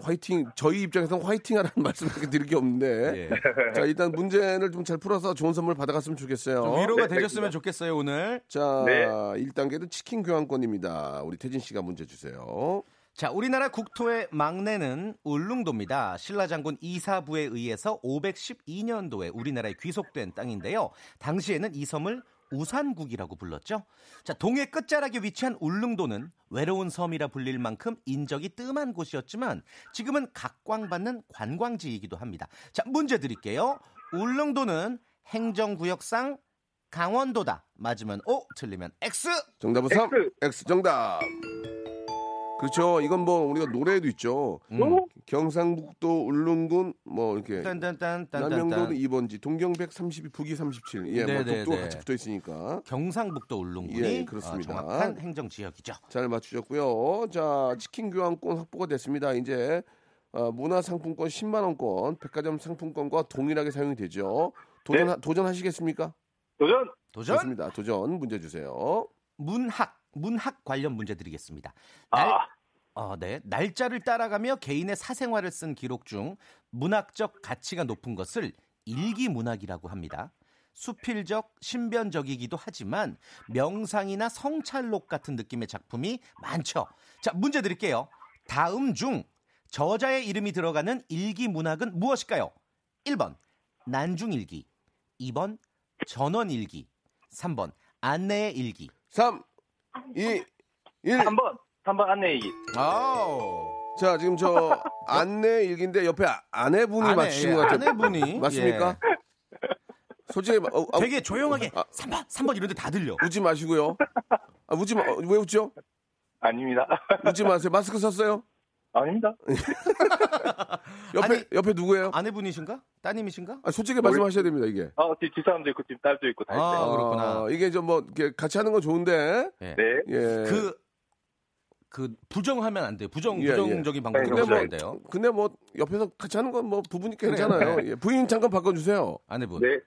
S3: 화이팅 저희 입장에서는 화이팅하라는 말씀밖에 드릴 게 없는데
S7: 예.
S3: 자 일단 문제를 좀 잘 풀어서 좋은 선물 받아갔으면 좋겠어요.
S7: 좀 위로가
S9: 네,
S7: 되셨으면 좋겠어요 오늘.
S3: 자
S9: 네.
S3: 1단계는 치킨 교환권입니다. 우리 태진 씨가 문제 주세요.
S7: 자, 우리나라 국토의 막내는 울릉도입니다. 신라장군 이사부에 의해서 512년도에 우리나라에 귀속된 땅인데요. 당시에는 이 섬을 우산국이라고 불렀죠. 자, 동해 끝자락에 위치한 울릉도는 외로운 섬이라 불릴 만큼 인적이 뜸한 곳이었지만 지금은 각광받는 관광지이기도 합니다. 자, 문제 드릴게요. 울릉도는 행정구역상 강원도다. 맞으면 O, 틀리면 X.
S3: 정답은 삼 3. X 정답. 그렇죠. 이건 뭐 우리가 노래에도 있죠.
S7: 음.
S3: 경상북도 울릉군 뭐 이렇게
S7: 딴딴딴딴딴.
S3: 남양도는 2번지, 동경 132, 북이 37. 예, 뭐
S7: 네네네.
S3: 독도가 같이 붙어 있으니까.
S7: 경상북도 울릉군이
S3: 예, 그렇습니다.
S7: 어, 정확한 행정 지역이죠.
S3: 잘 맞추셨고요. 자, 치킨 교환권 확보가 됐습니다. 이제 어, 문화상품권 10만 원권, 백화점 상품권과 동일하게 사용이 되죠. 도전 도전하시겠습니까?
S9: 도전!
S7: 네. 도전
S3: 좋습니다. 도전 문제 주세요.
S7: 문학 문학 관련 문제 드리겠습니다. 날,
S9: 아.
S7: 어, 네. 날짜를 따라가며 개인의 사생활을 쓴 기록 중 문학적 가치가 높은 것을 일기 문학이라고 합니다. 수필적, 신변적이기도 하지만 명상이나 성찰록 같은 느낌의 작품이 많죠. 자, 문제 드릴게요. 다음 중 저자의 이름이 들어가는 일기 문학은 무엇일까요? 1번 난중일기, 2번 전원일기, 3번 안내의 일기.
S3: 3 2 1.
S9: 3번! 3번 안내이.
S7: 아우.
S3: 자, 지금 저 안내 일기인데 옆에 아- 아내분이
S7: 아내,
S3: 맞추신
S7: 예,
S3: 것 같아요.
S7: 아내분이.
S3: 맞습니까? 솔직히 마- 어, 아,
S7: 되게 조용하게
S3: 아.
S7: 3번, 3번 이런데 다 들려.
S3: 웃지 마시고요. 아, 웃지 마. 어, 왜 웃죠?
S9: 아닙니다.
S3: 웃지 마세요. 마스크 썼어요?
S9: 아닙니다.
S3: 옆에
S7: 아니-
S3: 옆에 누구예요?
S7: 아내분이신가? 따님이신가?
S3: 아, 솔직히 말씀하셔야 됩니다, 이게.
S9: 어, 집, 집 사람도 있고, 집 딸도 있고, 다
S7: 아.
S9: 있어요.
S7: 그렇구나.
S3: 이게 좀 뭐 같이 하는 건 좋은데.
S9: 네.
S3: 예.
S7: 그, 그, 부정하면 안 돼요. 부정,
S3: 예, 예.
S7: 부정적인 방법으로
S3: 근데
S9: 그러면
S7: 하면 안
S3: 뭐
S7: 돼요.
S3: 근데 뭐 옆에서 같이 하는 건 뭐 부부니까 괜찮아요. 예, 부인 잠깐 바꿔 주세요.
S7: 아내분.
S9: 네.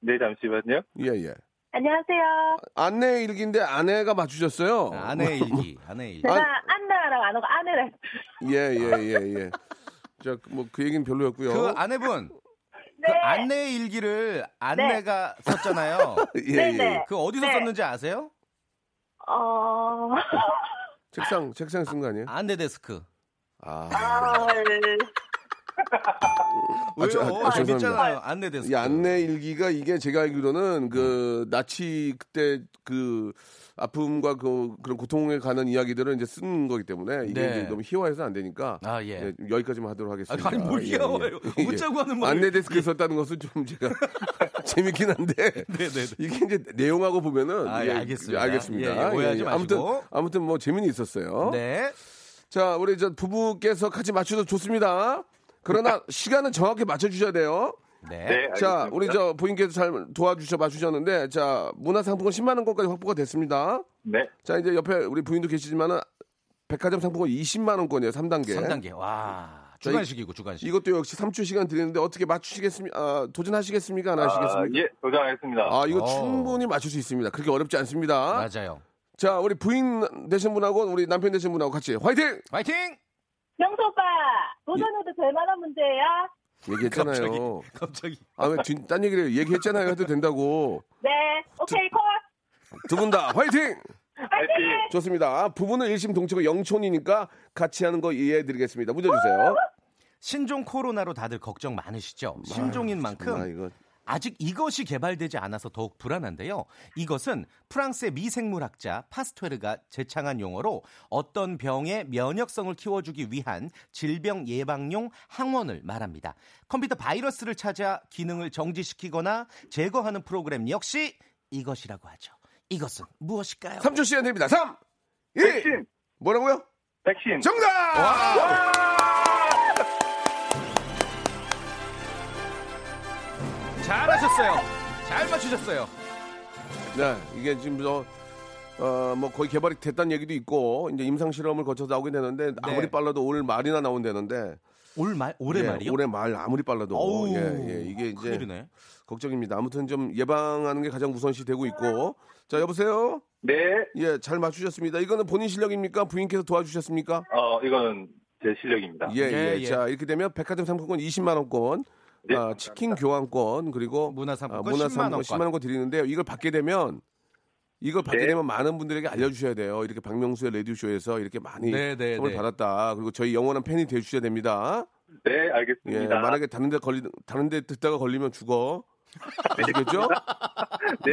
S9: 네, 잠시만요.
S3: 예, 예.
S10: 안녕하세요.
S3: 아내 일기인데 아내가 맞추셨어요.
S7: 아, 아내의 일기, 아내의 일기.
S10: 제가 안나라고 안 하고 아내라.
S3: 예, 예, 예, 예. 자, 뭐 그 얘기는 별로였고요.
S7: 그 아내분.
S8: 네.
S7: 그 안내의 일기를 아내가 썼잖아요.
S3: 예, 예, 예.
S10: 네네.
S7: 그 어디서
S10: 네.
S7: 썼는지 아세요? 아.
S10: 어.
S3: 책상 책상 쓴 거 아니에요?
S7: 안내 데스크.
S3: 아,
S10: 아,
S8: 네.
S7: 왜요?
S3: 저- 아,
S7: 아,
S3: 죄송합니다.
S7: 재밌잖아요. 안내 데스크.
S3: 이 안내 일기가 이게 제가 알기로는 그 나치 그때 그 아픔과 그 그런 고통에 관한 이야기들을 이제 쓴 거기 때문에 이게
S7: 네.
S3: 이제 너무 희화해서 안 되니까
S7: 아, 예.
S3: 예, 여기까지만 하도록 하겠습니다.
S7: 아니, 뭘
S3: 예,
S7: 귀여워요.
S3: 예. 예.
S7: 웃자고 하는 말을.
S3: 안내 데스크에 썼다는 것은 좀 제가 재밌긴 한데
S7: 네네네.
S3: 이게 이제 내용하고 보면은
S7: 아, 예, 알겠습니다.
S3: 알겠습니다.
S7: 예, 예, 오해하지
S3: 아무튼
S7: 마시고.
S3: 아무튼 뭐 재미는 있었어요.
S7: 네.
S3: 자, 우리 저 부부께서 같이 맞춰도 좋습니다. 그러나 시간은 정확히 맞춰 주셔야 돼요.
S7: 네.
S9: 네. 알겠습니다.
S3: 자, 우리 저 부인께서 잘 도와주셔 맞추셨는데 자, 문화상품권 10만 원권까지 확보가 됐습니다.
S9: 네.
S3: 자, 이제 옆에 우리 부인도 계시지만은 백화점 상품권 20만 원권이에요. 3단계.
S7: 3단계. 와. 주간식이고, 주간식.
S3: 네. 이것도 역시 3초 시간 드리는데 어떻게 맞추시겠습니까? 아, 도전하시겠습니까? 안
S9: 아,
S3: 하시겠습니까?
S9: 예, 도전하겠습니다.
S3: 아, 이거
S7: 어.
S3: 충분히 맞출 수 있습니다. 그렇게 어렵지 않습니다.
S7: 맞아요.
S3: 자, 우리 부인 되신 분하고 우리 남편 되신 분하고 같이 화이팅!
S7: 화이팅!
S10: 명수 오빠 도전해도 될 만한 문제예요?
S3: 얘기했잖아요.
S7: 갑자기.
S3: 아, 왜, 진- 딴 얘기를 해요. 얘기했잖아요. 해도 된다고.
S10: 네. 오케이 콜.
S3: 두 분 다 화이팅!
S9: 파이팅!
S3: 좋습니다. 부부는 일심동체고 영촌이니까 같이 하는 거 이해해드리겠습니다. 문제 주세요.
S7: 신종 코로나로 다들 걱정 많으시죠? 신종인 만큼
S3: 아, 이거.
S7: 아직 이것이 개발되지 않아서 더욱 불안한데요. 이것은 프랑스의 미생물학자 파스퇴르가 제창한 용어로 어떤 병의 면역성을 키워주기 위한 질병 예방용 항원을 말합니다. 컴퓨터 바이러스를 찾아 기능을 정지시키거나 제거하는 프로그램 역시 이것이라고 하죠. 이것은 무엇일까요?
S3: 3초 시간 됩니다. 3, 2, 백신. 뭐라고요?
S9: 백신.
S3: 정답!
S7: 잘하셨어요. 잘 맞추셨어요.
S3: 네, 이게 지금 저, 어, 뭐 거의 개발이 됐다는 얘기도 있고, 이제 임상실험을 거쳐서 나오게 되는데, 아무리 빨라도 올 말이나 나온다는데.
S7: 올 말? 네. 올해
S3: 예,
S7: 말이요?
S3: 올해 말, 아무리 빨라도.
S7: 어우,
S3: 예, 예, 이게 이제.
S7: 큰일이네.
S3: 걱정입니다. 아무튼 좀 예방하는 게 가장 우선시 되고 있고. 자, 여보세요?
S9: 네.
S3: 예, 잘 맞추셨습니다. 이거는 본인 실력입니까? 부인께서 도와주셨습니까?
S9: 어, 이거는 제 실력입니다.
S3: 예, 예,
S7: 예, 예.
S3: 자, 이렇게 되면 백화점 상품권 20만 원권,
S9: 네,
S3: 아, 치킨 교환권 그리고 아,
S7: 문화상품권
S3: 문화
S7: 10만 원권.
S3: 10만 원권 드리는데요. 이걸 받게 되면 이걸 받게
S9: 네.
S3: 되면 많은 분들에게 알려주셔야 돼요. 이렇게 박명수의 레디오 쇼에서 이렇게 많이
S7: 네, 네,
S3: 선물
S7: 네.
S3: 받았다. 그리고 저희 영원한 팬이 되주셔야 됩니다.
S9: 네,
S3: 예,
S9: 알겠습니다.
S3: 만약에 다른데 걸리 다른데 듣다가 걸리면 죽어. 아시겠죠?
S9: 네,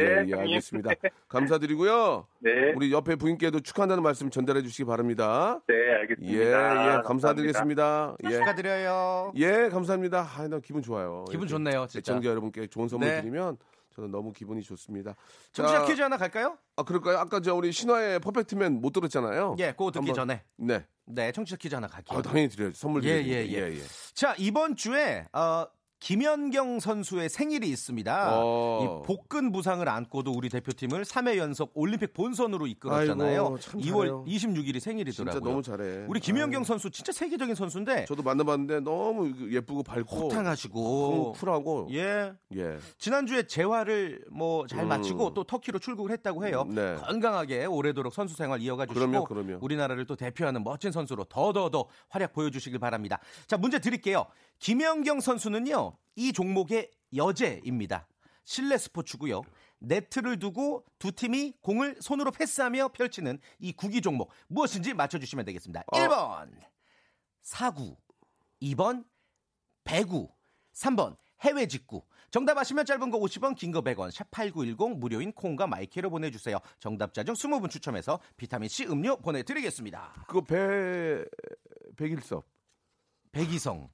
S3: 예, 예,
S9: 형님.
S3: 알겠습니다. 감사드리고요.
S9: 네,
S3: 우리 옆에 부인께도 축하한다는 말씀 전달해 주시기 바랍니다.
S9: 네,
S3: 예,
S9: 알겠습니다.
S3: 예,
S9: 감사합니다. 뭐.
S3: 감사드리겠습니다. 예.
S7: 축하드려요.
S3: 예, 감사합니다. 아, 나 기분 좋아요.
S7: 기분
S3: 이렇게
S7: 좋네요, 진짜.
S3: 애청자 여러분께 좋은 선물
S7: 네.
S3: 드리면 저는 너무 기분이 좋습니다.
S7: 정치자
S3: 자,
S7: 퀴즈 하나 갈까요?
S3: 아, 그럴까요? 아까 저 우리 신화의 퍼펙트맨 못 들었잖아요.
S7: 예, 그거 듣기
S3: 한번-
S7: 전에.
S3: 네.
S7: 네, 청취자 퀴즈 하나 갈게요.
S3: 아, 당연히 드려야죠. 선물
S7: 예,
S3: 드려야죠.
S7: 예, 예. 자, 이번 주에 어, 김연경 선수의 생일이 있습니다.
S3: 어.
S7: 이 복근 부상을 안고도 우리 대표팀을 3회 연속 올림픽 본선으로 이끌었잖아요.
S3: 아이고, 참
S7: 2월
S3: 잘해요.
S7: 26일이
S3: 진짜
S7: 생일이더라고요.
S3: 너무 잘해.
S7: 우리 김연경
S3: 아유,
S7: 선수 진짜 세계적인 선수인데
S3: 저도 만나봤는데 너무 그 예쁘고 밝고 너무
S7: 호탕하시고
S3: 쿨하고
S7: 예.
S3: 예.
S7: 지난주에 재활을 뭐 잘
S3: 음.
S7: 마치고 또 터키로 출국을 했다고 해요.
S3: 음, 네.
S7: 건강하게 오래도록 선수 생활 이어가 주시고
S3: 그럼요, 그럼요.
S7: 우리나라를 또 대표하는 멋진 선수로 더더더 활약 보여주시길 바랍니다. 자, 문제 드릴게요. 김연경 선수는요, 이 종목의 여제입니다. 실내 스포츠고요. 네트를 두고 두 팀이 공을 손으로 패스하며 펼치는 이 구기 종목 무엇인지 맞춰주시면 되겠습니다.
S3: 어.
S7: 1번 사구, 2번 배구, 3번 해외 직구. 정답 아시면 짧은 거 50원, 긴 거 100원, 샵8910 무료인 콩과 마이키로 보내주세요. 정답자 중 20분 추첨해서 비타민C 음료 보내드리겠습니다.
S3: 그거 배 백일섭.
S7: 백이성.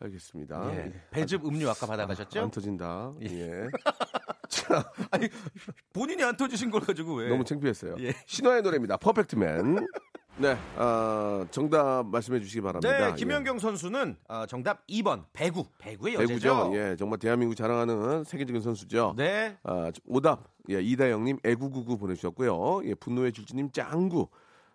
S3: 알겠습니다.
S7: 예.
S3: 예.
S7: 배즙 음료 아까 받아가셨죠?
S3: 안 터진다. 예.
S7: 아니, 본인이 안 터지신 걸 가지고 왜.
S3: 너무 창피했어요.
S7: 예.
S3: 신화의 노래입니다. 퍼펙트맨. 네, 아, 정답 말씀해 주시기 바랍니다.
S7: 네, 김연경 선수는 어, 정답 2번 배구. 배구의
S3: 예. 배구죠.
S7: 여자죠.
S3: 예, 정말 대한민국 자랑하는 세계적인 선수죠.
S7: 네.
S3: 아, 오답. 예, 이다영님 애구구구 보내주셨고요. 예, 분노의 질주님 짱구.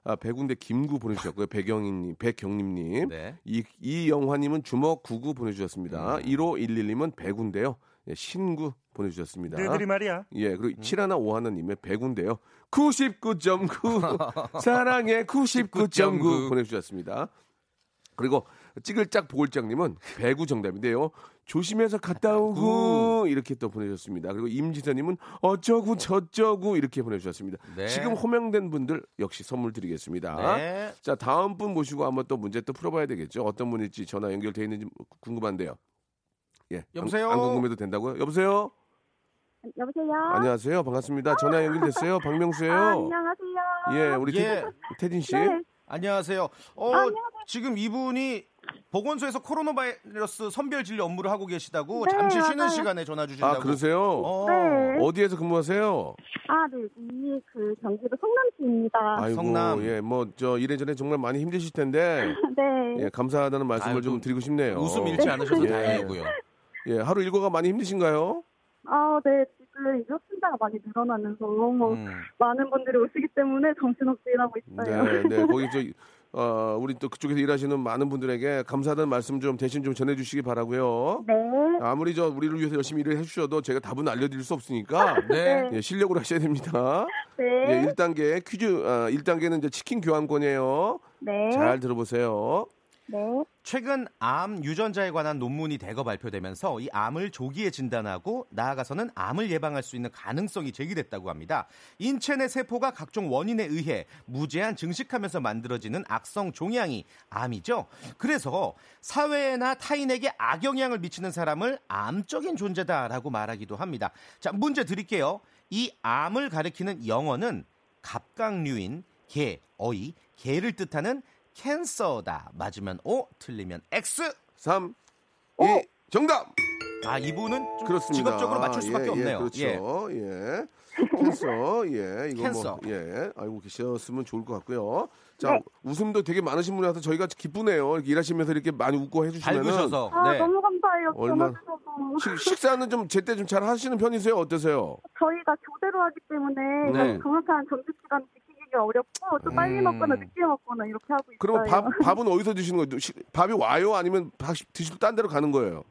S3: 아, 배구인데 김구 보내주셨고요. 백영희님, 백경림님.
S7: 네. 음.
S3: 이, 이영화님은 주먹 구구 보내주셨습니다. 1511님은 배구인데요. 예, 신구 보내주셨습니다.
S6: 말이야.
S3: 예, 그리고
S7: 음.
S3: 7하나 5하나님의 배구인데요. 99.9 사랑해 99.9 보내주셨습니다. 그리고 찌글짝 보글짝님은 배구 정답인데요. 조심해서 갔다 오고 이렇게 또 보내주셨습니다. 그리고 임지선님은 어쩌구 저쩌구 이렇게 보내주셨습니다.
S7: 네.
S3: 지금 호명된 분들 역시 선물 드리겠습니다.
S7: 네.
S3: 자 다음 분 모시고 한번 또 문제 또 풀어봐야 되겠죠. 어떤 분일지 전화 연결돼 있는지 궁금한데요. 예, 안-
S7: 여보세요?
S3: 안 궁금해도 된다고요? 여보세요.
S8: 여보세요?
S3: 안녕하세요. 반갑습니다. 전화 연결됐어요. 박명수예요.
S8: 아, 안녕하세요.
S3: 예, 우리
S7: 예.
S3: 태- 태진 씨.
S8: 네.
S7: 안녕하세요. 어, 지금 이분이 보건소에서 코로나 바이러스 선별 진료 업무를 하고 계시다고
S8: 네,
S7: 잠시 쉬는
S8: 맞아요.
S7: 시간에 전화 주신다고.
S3: 아, 그러세요?
S7: 어.
S8: 네.
S3: 어디에서 근무하세요?
S8: 아, 네. 이, 그, 경기도 성남시입니다.
S3: 아이고,
S7: 성남.
S3: 예, 뭐 저 이래저래 정말 많이 힘드실 텐데
S8: 네.
S3: 예, 감사하다는 말씀을
S7: 아이고,
S3: 좀 드리고 싶네요.
S7: 웃음 잃지 않으셔서
S3: 예.
S7: 다행이고요.
S3: 예, 하루 일과가 많이 힘드신가요?
S8: 아, 네. 지금 확진자가 많이 늘어나면서 뭐
S7: 음.
S8: 많은 분들이 오시기 때문에 정신없이 일하고 있어요.
S3: 네, 네. 거기 저 어, 우리 또 그쪽에서 일하시는 많은 분들에게 감사하다는 말씀 좀 대신 좀 전해 주시기 바라고요.
S8: 네.
S3: 아무리 저 우리를 위해서 열심히 일을 해 주셔도 제가 답은 알려 드릴 수 없으니까
S7: 네.
S3: 예, 실력으로 하셔야 됩니다. 예,
S8: 네.
S3: 1단계 퀴즈 아, 1단계는 이제 치킨 교환권이에요.
S8: 네.
S3: 잘 들어보세요.
S8: 네. 네.
S7: 최근 암 유전자에 관한 논문이 대거 발표되면서 이 암을 조기에 진단하고 나아가서는 암을 예방할 수 있는 가능성이 제기됐다고 합니다. 인체 내 세포가 각종 원인에 의해 무제한 증식하면서 만들어지는 악성 종양이 암이죠. 그래서 사회나 타인에게 악영향을 미치는 사람을 암적인 존재다라고 말하기도 합니다. 자, 문제 드릴게요. 이 암을 가리키는 영어는 갑각류인 개, 어이, 개를 뜻하는 캔서다. 맞으면 O, 틀리면 X.
S3: 3, 2, 정답!
S7: 아, 이분은 좀
S3: 그렇습니다.
S7: 직업적으로 맞출 수밖에
S3: 예, 예,
S7: 없네요.
S3: 그렇죠. 예. 캔서, 예. 이거
S7: 캔서. 네.
S3: 뭐, 예. 알고 계셨으면 좋을 것 같고요. 자, 웃음도 되게 많으신 분이라서 저희가 기쁘네요. 이렇게 일하시면서 이렇게 많이 웃고 해주시면.
S7: 밝으셔서.
S8: 아,
S7: 네.
S8: 너무 감사해요.
S3: 얼마-
S8: 전화주셔서.
S3: 식사는 좀 제때 좀 잘 하시는 편이세요? 어떠세요?
S8: 저희가 교대로 하기 때문에
S3: 네. 음.
S8: 정확한 점심시간 지키기가 어렵고 또 빨리 먹거나 늦게 먹거나 이렇게 하고 있어요.
S3: 그러면 밥, 밥은 어디서 드시는 거예요? 시- 밥이 와요? 아니면 밥 드시고 딴 데로 가는 거예요?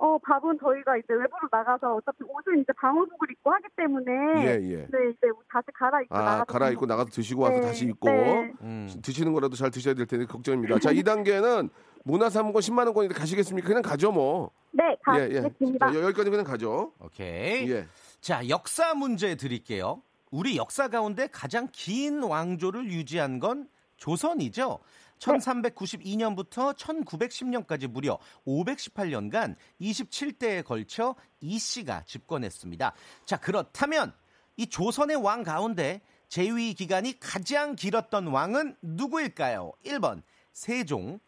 S8: 어, 밥은 저희가 이제 외부로 나가서 어차피 옷은 이제 방호복을 입고 하기 때문에
S3: 예, 예.
S8: 네, 이제 다시 갈아입고
S3: 아,
S8: 나가서
S3: 갈아입고 나가서 드시고 와서
S8: 네,
S3: 다시 입고.
S8: 네.
S7: 음.
S3: 드시는 거라도 잘 드셔야 될 텐데 걱정입니다. 자, 이단계는 문화사무관 10만 원권인데 가시겠습니까? 그냥 가죠, 뭐.
S8: 네,
S3: 예, 예.
S8: 가겠습니다.
S3: 자, 여- 여기까지 그냥 가죠.
S7: 오케이.
S3: 예.
S7: 자, 역사 문제 드릴게요. 우리 역사 가운데 가장 긴 왕조를 유지한 건 조선이죠.
S8: 네.
S7: 1392년부터 1910년까지 무려 518년간 27대에 걸쳐 이 씨가 집권했습니다. 자, 그렇다면 이 조선의 왕 가운데 제위 기간이 가장 길었던 왕은 누구일까요? 1번 세종,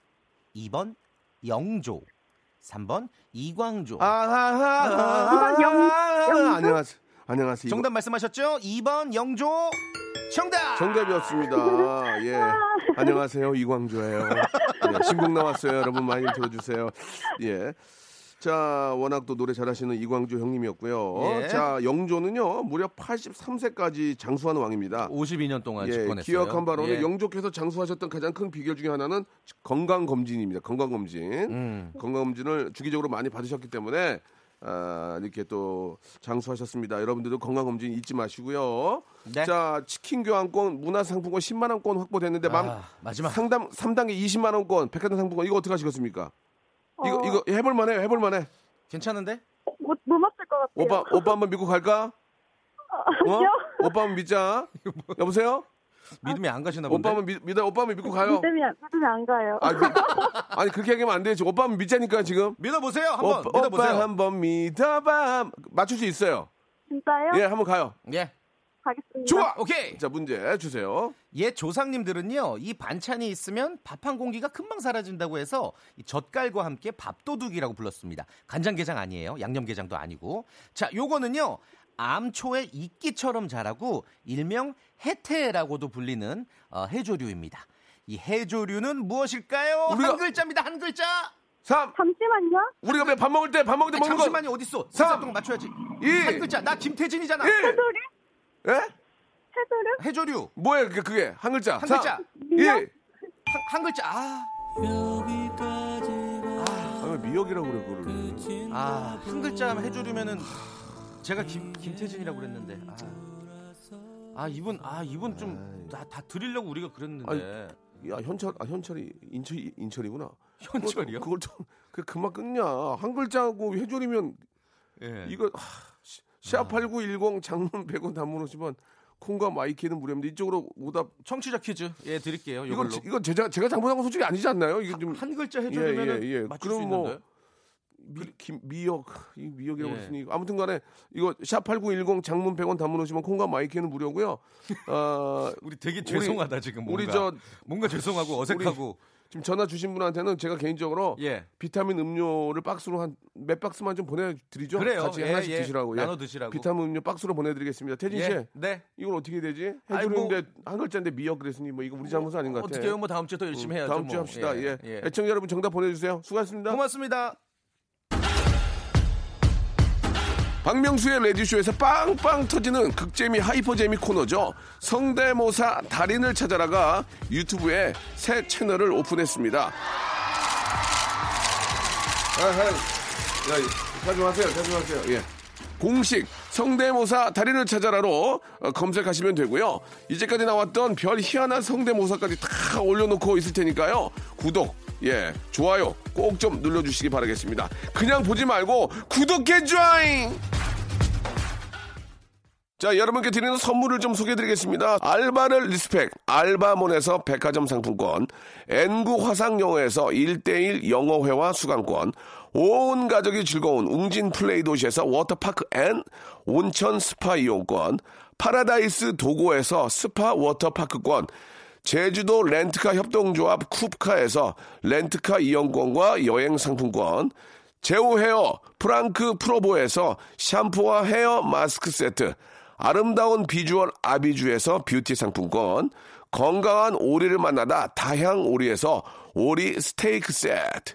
S7: 2번 영조, 3번 이광조.
S3: 아, 아하하.
S8: 아, 이건 영- 영수?
S3: 안녕하세요. 안녕하세요. 이거-
S7: 정답 말씀하셨죠? 2번 영조 정답.
S3: 정답이었습니다. 예. 안녕하세요. 이광조예요. 예, 신곡 나왔어요. 여러분 많이 들어주세요. 예. 자, 워낙 또 노래 잘하시는 이광조 형님이었고요.
S7: 예.
S3: 자, 영조는요, 무려 83세까지 장수한 왕입니다.
S7: 52년 동안
S3: 예,
S7: 집권했어요.
S3: 기억한 바로는
S7: 아, 예.
S3: 영조께서 장수하셨던 가장 큰 비결 중에 하나는 건강 검진입니다. 건강 검진,
S7: 음.
S3: 건강 검진을 주기적으로 많이 받으셨기 때문에 아, 이렇게 또 장수하셨습니다. 여러분들도 건강 검진 잊지 마시고요.
S7: 네.
S3: 자, 치킨 교환권, 문화상품권 10만 원권 확보됐는데 맘-
S7: 아, 마지막.
S3: 상담 3단계 20만 원권, 백화점 상품권 이거 어떻게 하시겠습니까? 이거
S8: 어.
S3: 이거 해볼 만해, 해볼 만해.
S7: 괜찮은데?
S8: 못, 못 맞을 뭐 것 같아요. 아,
S3: 오빠 오빠 한번 믿고 갈까? 어? 오빠 한번 믿자. 여보세요?
S7: 믿음이 안뭐 가시나 본데.
S3: 오빠 한번 믿, 믿어, 오빠 한번 믿고 가요.
S8: 믿으면, 믿으면 안 가요.
S3: 아니, 그- 아니 그렇게 얘기하면 안 돼요. 지금 오빠 한번 믿자니까 지금.
S7: 믿어보세요. 한번
S3: 오빠,
S7: 믿어보세요.
S3: 오빠 한번 믿어봐. 맞출 수 있어요.
S8: 진짜요?
S3: 예, 한번 가요.
S7: 예.
S8: 가겠습니다.
S3: 좋아.
S7: 오케이.
S3: 자 문제 주세요.
S7: 옛 조상님들은요, 이 반찬이 있으면 밥 한 공기가 금방 사라진다고 해서 이 젓갈과 함께 밥도둑이라고 불렀습니다. 간장게장 아니에요. 양념게장도 아니고. 자, 요거는요, 암초의 이끼처럼 자라고 일명 해태라고도 불리는 어, 해조류입니다. 이 해조류는 무엇일까요?
S3: 우리가-
S7: 한 글자입니다. 한 글자.
S3: 3
S8: 잠시만요.
S3: 우리가 왜 밥 먹을 때 밥 먹을 때
S7: 아니,
S3: 먹는 거.
S7: 잠시만요. 어디 있어?
S3: 삼,
S7: 삼동 맞춰야지.
S3: 이,
S7: 한 글자. 나 김태진이잖아.
S3: 일.
S8: 해조류?
S3: 예?
S8: 해조류?
S7: 해조류.
S3: 뭐예요 그게, 그게 한 글자.
S7: 한
S3: 삼,
S7: 글자.
S3: 일.
S7: 한, 한 글자. 아,
S3: 아왜 미역이라고 그래 그거를.
S7: 아, 한 글자 해조류면은 제가 김 김태진이라고 그랬는데. 아, 아, 이분 아 이분 좀 다 다 드리려고 우리가 그랬는데.
S3: 야 현철 아 현철이 인철 인철이구나.
S7: 현철이요?
S3: 그걸 좀그 그만 끊냐. 한 글자고 해조리면
S7: 예.
S3: 이거 샵8910 장문 100원 단문 50원 콩과 마이키는 무료입니다. 이쪽으로 오답
S7: 청취자 퀴즈 예 드릴게요.
S3: 이건
S7: 이걸로.
S3: 제- 이건 제가 제가 잘못한 건 솔직히 아니지 않나요? 이게 좀
S7: 한 글자 해조류면은
S3: 예, 예, 예.
S7: 맞출 수
S3: 그럼 뭐-
S7: 있는데. 요
S3: 미, 김- 미역 이 미역이라고
S7: 예.
S3: 했으니 아무튼 간에 이거 샵8910 장문 100원 단문 오시면 콩과 마이키는 무료고요. 어,
S7: 우리 되게
S3: 죄송하다,
S7: 지금
S3: 우리 저
S7: 뭔가 죄송하고
S3: 어색하고. 지금 전화 주신 분한테는 제가 개인적으로
S7: 예.
S3: 비타민 음료를 박스로 한 몇 박스만 좀 보내드리죠.
S7: 그래요.
S3: 같이
S7: 예,
S3: 하나씩
S7: 예.
S3: 드시라고.
S7: 나눠 드시라고.
S3: 비타민 음료 박스로 보내드리겠습니다. 태진 씨,
S7: 예. 네.
S3: 이건 어떻게 되지?
S7: 아이, 뭐-
S3: 해주는데 한 글자인데 미역 그랬으니 뭐 이거 우리 잘못은 아닌 것 같아요.
S7: 어떻게 해요? 뭐 다음 주에 또 열심히 해야죠.
S3: 다음 주에
S7: 뭐.
S3: 합시다. 예.
S7: 예.
S3: 애청자 여러분 정답 보내주세요. 수고하셨습니다.
S7: 고맙습니다.
S3: 박명수의 레디쇼에서 빵빵 터지는 극재미 하이퍼재미 코너죠. 성대모사 달인을 찾아라가 유튜브에 새 채널을 오픈했습니다. 아, 자중하세요, 자중하세요. 예. 공식 성대모사 달인을 찾아라로 어, 검색하시면 되고요. 이제까지 나왔던 별 희한한 성대모사까지 다 올려놓고 있을 테니까요. 구독, 예, 좋아요 꼭 좀 눌러주시기 바라겠습니다. 그냥 보지 말고 구독해 줘잉! 자, 여러분께 드리는 선물을 좀 소개해드리겠습니다. 알바를 리스펙, 알바몬에서 백화점 상품권, N구 화상영어에서 1대1 영어회화 수강권, 온 가족이 즐거운 웅진 플레이 도시에서 워터파크 앤 온천 스파 이용권, 파라다이스 도고에서 스파 워터파크권, 제주도 렌트카 협동조합 쿱카에서 렌트카 이용권과 여행 상품권, 제오 헤어 프랑크 프로보에서 샴푸와 헤어 마스크 세트, 아름다운 비주얼 아비주에서 뷰티 상품권, 건강한 오리를 만나다 다향 오리에서 오리 스테이크 세트,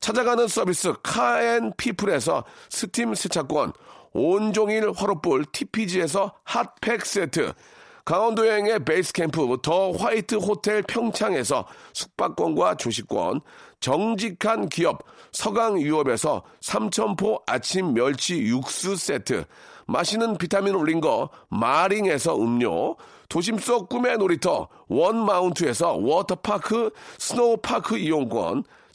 S3: 찾아가는 서비스 카앤피플에서 스팀 세차권, 온종일 화로불 TPG에서 핫팩 세트, 강원도 여행의 베이스 캠프 더 화이트 호텔 평창에서 숙박권과 조식권, 정직한 기업 서강유업에서 삼천포 아침 멸치 육수 세트, 마시는 비타민 올린 거 마링에서 음료, 도심 속 꿈의 놀이터 원마운트에서 워터파크 스노우파크 이용권,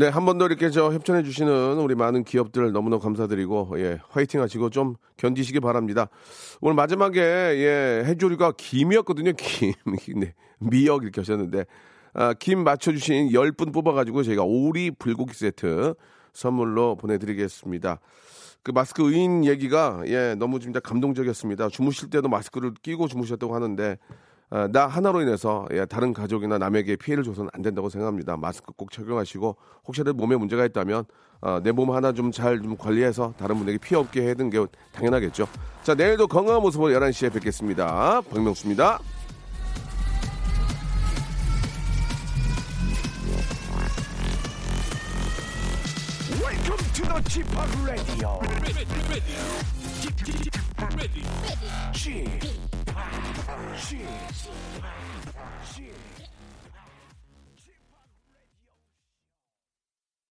S3: 네, 한 번 더 이렇게 저 협찬해 주시는 우리 많은 기업들 너무너무 감사드리고 예, 화이팅 하시고 좀 견디시기 바랍니다. 오늘 마지막에 예, 해조류가 김이었거든요. 김. 네, 미역 이렇게 하셨는데 아, 김 맞춰 주신 10분 뽑아 가지고 저희가 오리 불고기 세트 선물로 보내 드리겠습니다. 그 마스크 의인 얘기가 예, 너무 진짜 감동적이었습니다. 주무실 때도 마스크를 끼고 주무셨다고 하는데 아, 나 하나로 인해서 예, 다른 가족이나 남에게 피해를 줘서는 안 된다고 생각합니다. 마스크 꼭 착용하시고 혹시라도 몸에 문제가 있다면 아, 내 몸 하나 좀 잘 좀 관리해서 다른 분에게 피해 없게 해야 되는 게 당연하겠죠. 자 내일도 건강한 모습으로 11시에 뵙겠습니다. 박명수입니다.
S1: Welcome to the Chip Radio.
S2: ready, ready, Get ready.
S1: Chip, Chip, Chip.